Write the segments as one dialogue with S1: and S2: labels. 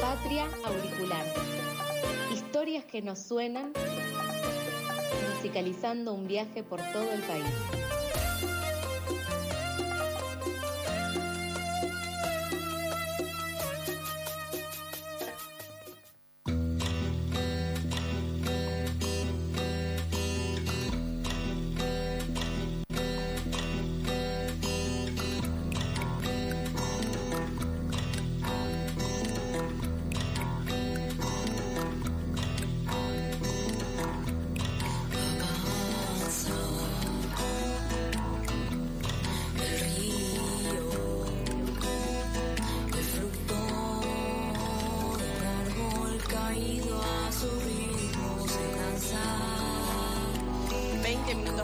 S1: Patria Auricular. Historias que nos suenan, musicalizando un viaje por todo el país.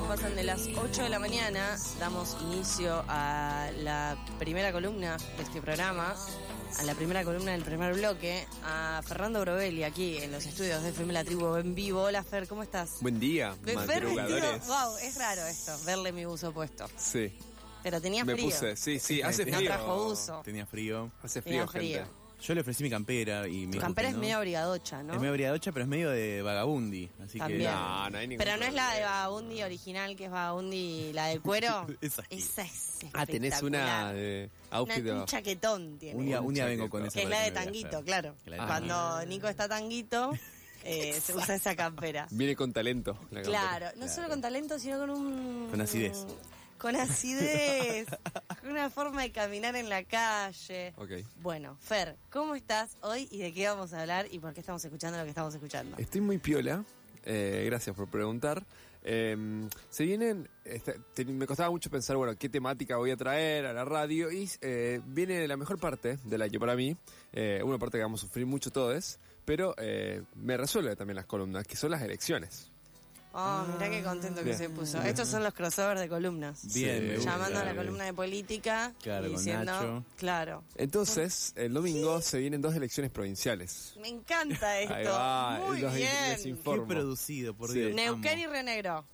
S2: pasan de las 8 de la mañana, damos inicio a la primera columna de este programa, a la primera columna del primer bloque, a Fernando Brovelli aquí en los estudios de FM La Tribu en vivo. Hola Fer, ¿cómo estás?
S3: Buen día,
S2: Ve- Fer vestido- wow, es raro esto, verle mi buzo puesto.
S3: Sí,
S2: Pero tenía
S3: me
S2: frío.
S3: puse, sí, sí, hace
S2: No
S3: frío.
S2: trajo buzo.
S4: Tenía frío.
S3: Hace
S2: Tenía
S3: frío, gente.
S2: frío.
S4: Yo le ofrecí mi campera y me
S2: Tu
S4: dijo
S2: campera
S4: que
S2: es
S4: no.
S2: medio abrigadocha, ¿no?
S4: Es medio abrigadocha, pero es medio de vagabundi. Así
S2: También.
S4: que.
S3: No, no hay ningún
S2: Pero no es la de
S3: problema.
S2: Vagabundi original, que es Vagabundi, la de cuero.
S4: Esa aquí.
S2: Esa es
S3: Ah, tenés una
S2: espectacular.
S3: de
S2: Una-
S3: outfit.
S2: un
S3: de-
S2: chaquetón tiene.
S4: Un día, un día vengo con
S3: Que
S4: esa.
S2: Que es
S4: para
S2: la de
S4: me veas
S2: tanguito,
S4: feo.
S2: claro.
S4: Que la de
S2: Cuando Nico está tanguito, eh, se usa esa campera.
S3: Viene con talento. la
S2: Claro, no
S3: campera.
S2: solo con talento, sino con un...
S4: Con acidez.
S2: Con acidez, con una forma de caminar en la calle.
S3: Ok.
S2: Bueno, Fer, ¿cómo estás hoy y de qué vamos a hablar y por qué estamos escuchando lo que estamos escuchando?
S3: Estoy muy piola. eh, gracias por preguntar. Eh, se vienen. esta- te- me costaba mucho pensar, bueno, qué temática voy a traer a la radio. Y eh, viene la mejor parte del año para mí. eh, una parte que vamos a sufrir mucho todos. Pero eh, me resuelve también las columnas, que son las elecciones.
S2: Oh, mirá qué contento que
S3: Bien.
S2: se puso. Estos son los crossovers de columnas.
S4: Bien,
S3: Sí.
S4: me gusta.
S2: Llamando a la
S3: Eh,
S2: columna de política
S4: claro,
S2: y
S4: con
S2: diciendo...
S4: Nacho.
S2: Claro.
S3: Entonces, el domingo se vienen dos elecciones provinciales.
S2: Me encanta esto.
S3: Ahí va,
S2: Muy
S3: los- los
S2: bien.
S3: informes.
S4: Qué
S3: Formo.
S4: producido, por
S3: Sí.
S4: Dios.
S2: Neuquén y
S4: amo.
S2: Río Negro.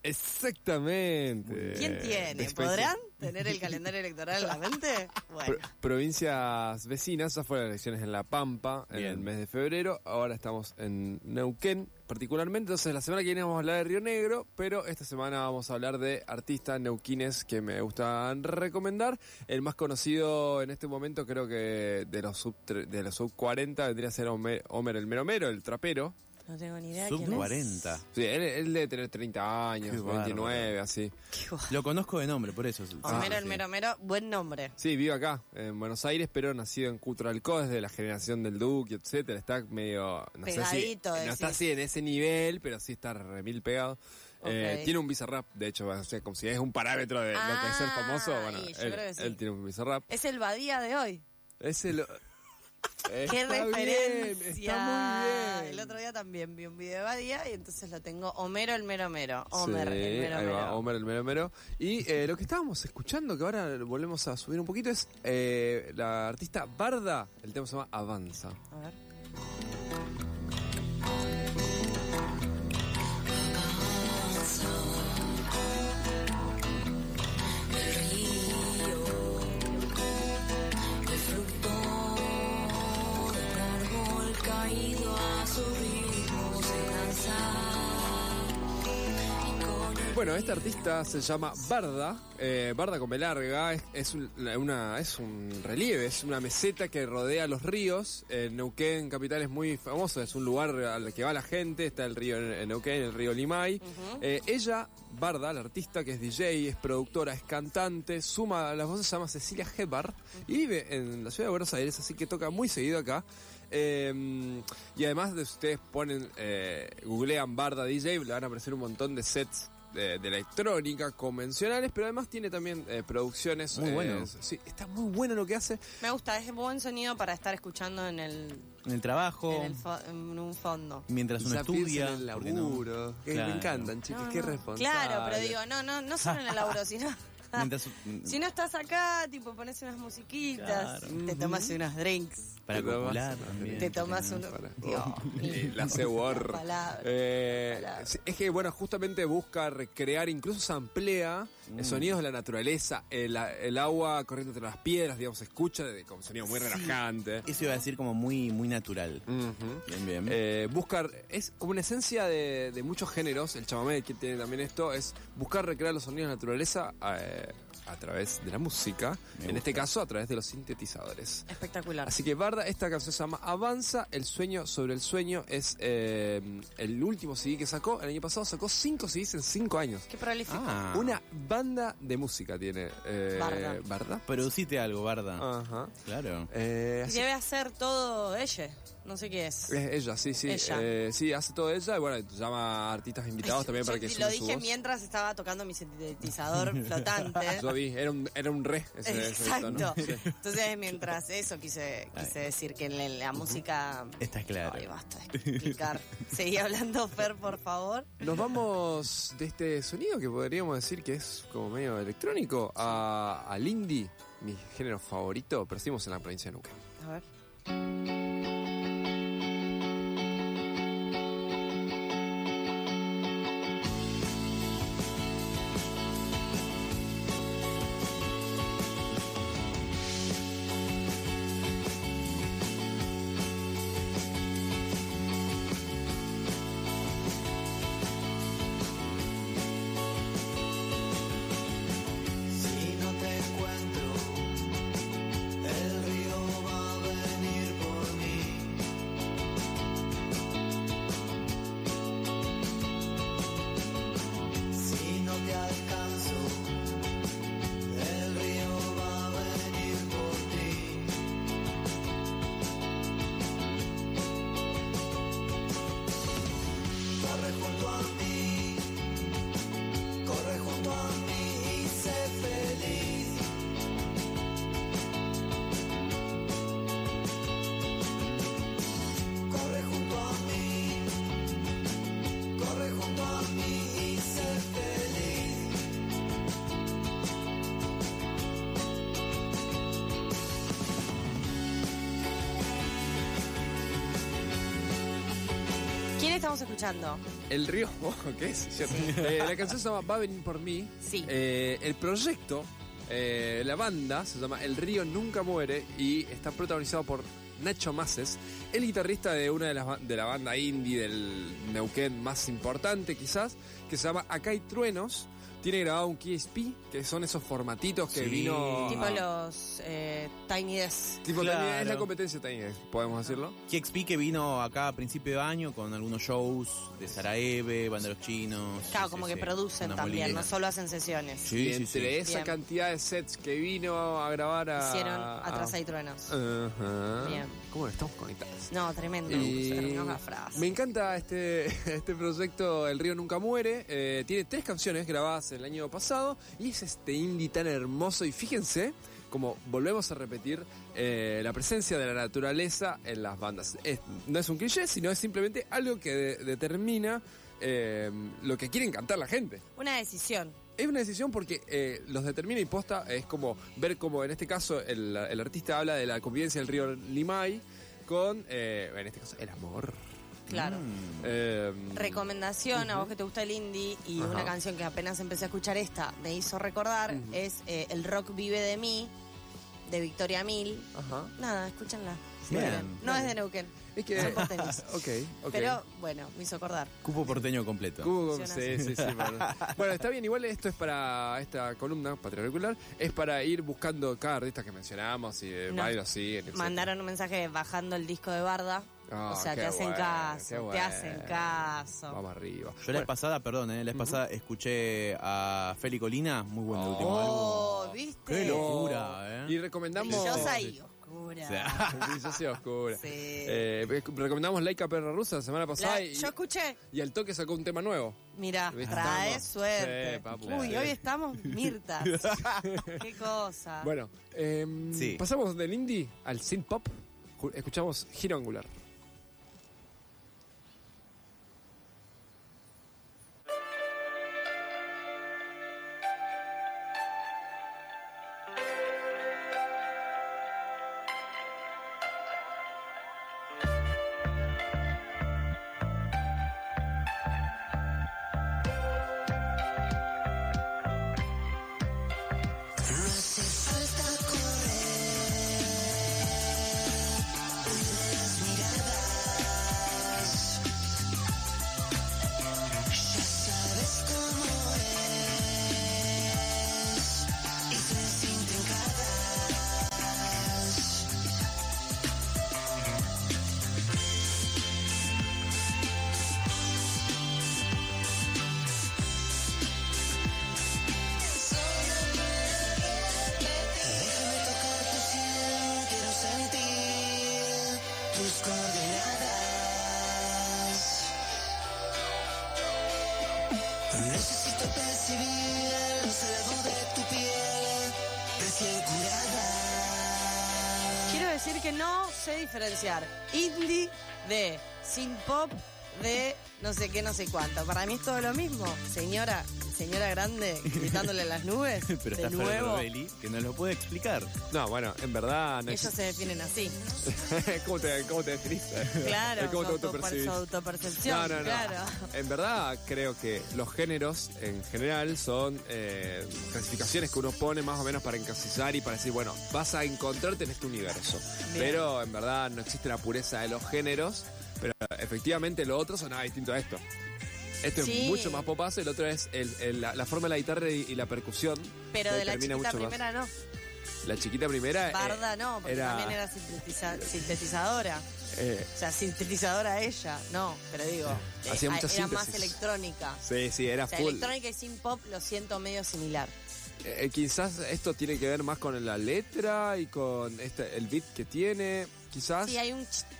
S3: Exactamente.
S2: ¿Quién tiene?
S3: Después-
S2: ¿Podrán tener el calendario electoral en la mente? Bueno,
S3: Pro- provincias vecinas, ya fueron elecciones en La Pampa en
S4: Bien.
S3: el mes de febrero, ahora estamos en Neuquén particularmente, entonces la semana que viene vamos a hablar de Río Negro, pero esta semana vamos a hablar de artistas neuquines que me gustan recomendar. El más conocido en este momento creo que de los sub, tre- de los sub 40 vendría a ser Homer, Homer el Meromero, el trapero.
S2: no tengo ni idea de
S4: Sub
S2: quién es.
S4: 40.
S3: Sí, él, él debe tener 30 años,
S4: Qué bárbaro.
S3: 29, así.
S2: Qué guay.
S4: Lo conozco de nombre, por eso.
S2: Homero,
S4: Ah,
S2: el
S4: sí.
S2: mero mero, buen nombre.
S3: Sí, vive acá, en Buenos Aires, pero nacido en Cutralcó, desde la generación del Duque, etcétera. Está medio. No
S2: Pegadito,
S3: sé si, No
S2: decís.
S3: está así en ese nivel, pero sí está remil pegado. Eh,
S2: Ok.
S3: tiene un bizarrap, de hecho, o sea, como si es un parámetro de lo que es ser
S2: Ah,
S3: famoso. Bueno,
S2: y yo
S3: él,
S2: creo que sí.
S3: él tiene un bizarrap.
S2: Es el Badía de hoy.
S3: Ese lo.
S2: Qué
S3: Está bien,
S2: referencia.
S3: está muy bien.
S2: El otro día también vi un video de Badía y entonces lo tengo Homero el mero mero. Homer
S3: Sí,
S2: el mero
S3: ahí va,
S2: mero.
S3: Homer el mero mero. Y eh, lo que estábamos escuchando, que ahora volvemos a subir un poquito, es eh, la artista Barda. El tema se llama Avanza.
S2: A ver.
S3: Bueno, esta artista se llama Barda, eh, Barda con B larga, es, es un, una, es un relieve, es una meseta que rodea los ríos, eh, Neuquén capital es muy famoso, es un lugar al que va la gente, está el río en- en Neuquén, el río Limay. Eh, ella, Barda, la artista que es DJ, es productora, es cantante, suma las voces, se llama Cecilia Hebar y vive en la ciudad de Buenos Aires, así que toca muy seguido acá. Eh, y además de ustedes ponen, eh, googlean Barda DJ, le van a aparecer un montón de sets de, de electrónica convencionales, pero además tiene también eh, producciones.
S4: Muy
S3: eh,
S4: bueno.
S3: sí, está muy bueno lo que hace.
S2: Me gusta, es buen sonido para estar escuchando en el,
S4: En el
S3: Oh.
S4: trabajo,
S2: en, el fo- en un fondo.
S4: mientras uno
S3: Ya piensa
S4: estudia.
S3: en el
S4: ¿por qué no?
S3: laburo. que
S4: Claro.
S3: Me encantan, chicos,
S2: No,
S3: qué
S2: no.
S3: responsable.
S2: Claro, pero digo, no, no, no solo en el laburo, sino
S4: Mientras-
S2: Ah, Si no estás acá, tipo, pones unas musiquitas,
S4: Claro.
S2: te tomas unos drinks,
S4: mm, para
S3: Te tomas-
S4: copular también.
S2: te tomas unos...
S3: para-
S2: Dios,
S3: Eh, La hace
S2: la
S3: Word.
S2: palabra.
S3: Eh,
S2: Palabra.
S3: sí, es que, bueno, justamente busca recrear, incluso se amplía
S4: Mm.
S3: sonidos de la naturaleza, el, el agua corriendo entre las piedras, digamos, se escucha de, con sonido muy relajante.
S4: Eso iba a decir como muy, muy natural.
S3: Ujú.
S4: Bien, bien.
S3: Eh, buscar, es como una esencia de, de muchos géneros, el chamamé que tiene también esto, es buscar recrear los sonidos de la naturaleza eh, a través de la música, en
S4: Me gusta.
S3: este caso a través de los sintetizadores.
S2: Espectacular.
S3: Así que Barda, esta canción se llama Avanza, el sueño sobre el sueño, es eh, el último CD que sacó, el año pasado sacó 5 CDs en 5 años.
S2: Qué prolífico.
S4: Ah,
S3: Una banda de música tiene eh,
S2: Barda.
S3: Barda.
S4: Producite algo, Barda.
S3: Ajá.
S4: Claro.
S3: Eh,
S2: Y
S3: así
S2: debe hacer todo ella. No sé qué es.
S3: Es ella, sí, sí.
S2: Ella.
S3: Eh, sí, hace todo ella. Y bueno, llama a artistas invitados también para
S2: Yo
S3: que
S2: Lo
S3: sumen su
S2: dije
S3: voz. Ah,
S2: mientras estaba tocando mi sintetizador flotante.
S3: Yo vi, era un, era un re. ese- ese tono.
S2: Exacto.
S3: Sí.
S2: Entonces, mientras eso quise, quise decir que en la, en la música.
S4: Está claro.
S2: Ay, basta de explicar. Seguí hablando, Fer, por favor.
S3: Nos vamos de este sonido que podríamos decir que es como medio electrónico a, al indie, mi género favorito, pero estamos en la provincia de Nuca.
S2: A ver.
S5: Si no te encuentro, el río va a venir por mí. Si no te alcanzo, el río va a venir por ti. Corre junto a mí. Corre junto a mí y sé feliz. Corre junto a mí. Corre junto a mí y sé feliz.
S2: ¿Quién estamos escuchando?
S3: El río, ojo, ¿qué es? Cierto. Eh, la canción se llama Va a venir por mí.
S2: Sí.
S3: Eh, el proyecto, eh, la banda, se llama El Río Nunca Muere y está protagonizado por Nacho Maces, el guitarrista de una de las ba- de la banda indie del Neuquén más importante quizás, que se llama Acá hay truenos. Tiene grabado un KSP, que son esos formatitos que
S4: Sí.
S3: vino... a-
S2: Tipo los eh, Tiny Desk.
S3: Tipo,
S4: Claro.
S3: Tiny- es la competencia Tiny Desk, podemos decirlo.
S4: KXP que vino acá a principio de año con algunos shows de Saraeve, Banderos Chinos.
S2: Claro,
S4: sí,
S2: como
S4: sí,
S2: que
S4: sí.
S2: producen
S4: Una
S2: también,
S4: molina.
S2: no solo hacen sesiones.
S4: Sí,
S3: y
S4: sí,
S3: entre
S4: sí.
S3: esa
S2: Bien.
S3: cantidad de sets que vino a grabar a...
S2: Hicieron Atrás
S3: a-
S2: hay truenos.
S3: ah. Ajá.
S2: Bien.
S3: ¿Cómo estamos conectados?
S2: No, tremendo.
S3: Y-
S2: Se terminó la frase.
S3: Eh, Me encanta este, este proyecto El Río Nunca Muere. Eh, tiene tres canciones grabadas el año pasado y es este indie tan hermoso. Y fíjense como volvemos a repetir eh, la presencia de la naturaleza en las bandas. Es- no es un cliché, sino es simplemente algo que de- determina eh, lo que quieren cantar la gente.
S2: Una decisión.
S3: Es una decisión porque eh, los determina y posta es como ver como en este caso el, el artista habla de la convivencia del río Limay con, eh, en este caso, el amor.
S2: Claro.
S4: Mm.
S3: Eh,
S2: Recomendación a vos que te gusta el indie y
S3: Ajá.
S2: una canción que apenas empecé a escuchar esta me hizo recordar es eh, El Rock Vive de mí, de Victoria Mil.
S3: Ajá.
S2: Nada, escúchenla.
S4: Bien.
S2: Está bien. No es de Neuquén,
S3: Es que.
S2: Son
S3: ok,
S2: porteños.
S3: ok.
S2: pero bueno, me hizo acordar.
S4: Cupo porteño completo.
S3: Cubo-
S2: Funciona
S3: sí, sí, sí, bueno. Bueno, está bien, igual esto es para esta columna patriarcular, es para ir buscando cada artista que mencionamos y de
S2: No.
S3: varios siguen. etcétera.
S2: Mandaron un mensaje bajando el disco de Barda.
S3: Ah,
S2: o sea,
S3: qué
S2: te hacen
S3: bueno, qué
S2: caso, te
S3: bueno.
S2: hacen caso.
S3: Vamos arriba.
S4: Yo la vez pasada, perdón, eh, la vez pasada escuché a Feli Colina, muy buen
S3: Oh.
S4: último álbum.
S2: Oh, ¿viste?
S4: Qué locura,
S3: Y
S4: eh.
S3: recomendamos.
S2: Brillosa y oscura.
S4: O sea,
S3: Brillosa y oscura.
S2: Sí.
S3: Eh, rec- recomendamos Laika Perra Rusa la semana
S2: La-
S3: pasada y,
S2: yo escuché
S3: y al toque sacó un tema nuevo.
S2: Mira,
S3: ¿Viste?
S2: trae
S3: Estamos.
S2: suerte.
S3: Sí, papu.
S2: Uy,
S3: Sí.
S2: hoy estamos Mirta. Qué cosa.
S3: Bueno, em,
S4: Sí.
S3: pasamos del indie al synth pop. Ju- Escuchamos Giro Angular.
S2: que no sé diferenciar indie de synth pop de no sé qué, no sé cuánto. Para mí es todo lo mismo. Señora, señora grande gritándole en las nubes.
S4: Pero
S2: de
S4: está Fred
S2: nuevo.
S4: Robelli, que nos lo puede explicar.
S3: No, bueno, en verdad. No
S2: Ellos se definen así.
S3: existe- ¿Cómo, te, ¿Cómo te definís?
S2: Claro,
S3: ¿Cómo te
S2: su, auto-
S3: autopercibís?
S2: su autopercepción.
S3: No, no, no.
S2: Claro.
S3: En verdad, creo que los géneros en general son eh, clasificaciones que uno pone más o menos para encasillar y para decir, bueno, vas a encontrarte en este universo.
S2: Bien.
S3: Pero en verdad no existe la pureza de los géneros, pero efectivamente lo otro sonaba distinto a esto. Esto
S2: Sí.
S3: es mucho más popazo, el otro es el- el- la, la forma de la guitarra y, y la percusión.
S2: Pero
S3: que
S2: de la
S3: termina
S2: chiquita
S3: mucho más.
S2: primera no.
S3: La chiquita primera. eh,
S2: Barda no, porque
S3: era-
S2: también era sintetiza- sintetizadora.
S3: eh,
S2: O sea, sintetizadora ella. No, pero digo, eh,
S3: Hacía
S2: a-
S3: mucha
S2: era más
S3: síntesis.
S2: electrónica.
S3: sí, sí, era
S2: O sea,
S3: full.
S2: electrónica y sin pop lo siento medio similar.
S3: Eh, quizás esto tiene que ver más con la letra y con este, el beat que tiene. Quizás.
S2: Sí, hay un ch, ch,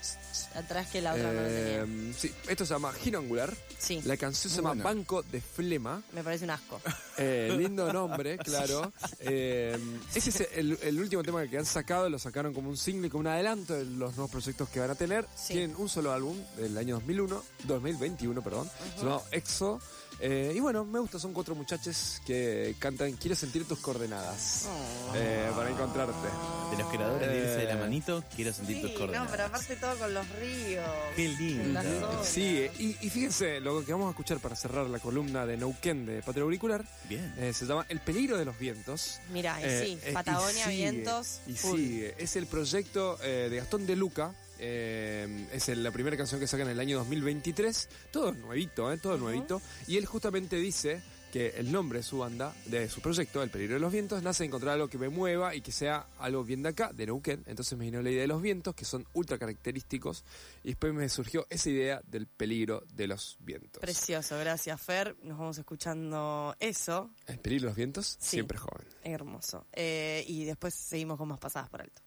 S2: ch atrás que la otra no lo tenía.
S3: Ah. Eh, sí, esto se llama Giro Angular.
S2: Sí,
S3: La canción se
S4: Muy
S3: llama
S4: bueno.
S3: Banco de Flema.
S2: me parece un asco.
S3: Eh, lindo nombre, claro. Eh, ese es el, el último tema que han sacado. Lo sacaron como un single, como un adelanto de los nuevos proyectos que van a tener.
S2: Sí.
S3: Tienen un solo álbum del año 2001, 2021, perdón, llamado Exo. Eh, y bueno, me gusta. Son cuatro muchachos que cantan Quiero sentir tus coordenadas
S2: Oh.
S3: eh, para encontrarte.
S4: De los creadores de Irse de la
S3: Eh.
S4: Manito, quiero sentir tus coordenadas.
S2: todo con los ríos.
S4: Qué lindo.
S2: Las dos.
S3: Sí, eh, y, y fíjense, lo que vamos a escuchar para cerrar la columna de Neuquén de Patria Auricular
S4: Bien.
S3: eh, se llama El peligro de los vientos.
S2: Mira, y
S3: Eh,
S2: sí,
S3: eh, y
S2: Patagonia,
S3: sigue,
S2: vientos.
S3: Y
S2: full.
S3: sigue. Es el proyecto eh, de Gastón de Luca. eh, es el- la primera canción que saca en el año 2023. Todo nuevito, eh, todo nuevito. Y él justamente dice que el nombre de su banda, de su proyecto, El peligro de los vientos, nace de encontrar algo que me mueva y que sea algo bien de acá, de Neuquén. Entonces me vino la idea de los vientos, que son ultra característicos. Y después me surgió esa idea del peligro de los vientos.
S2: Precioso, gracias Fer. Nos vamos escuchando eso.
S3: el peligro de los vientos,
S2: Sí.
S3: siempre joven.
S2: Hermoso. Eh, y después seguimos con más pasadas por alto.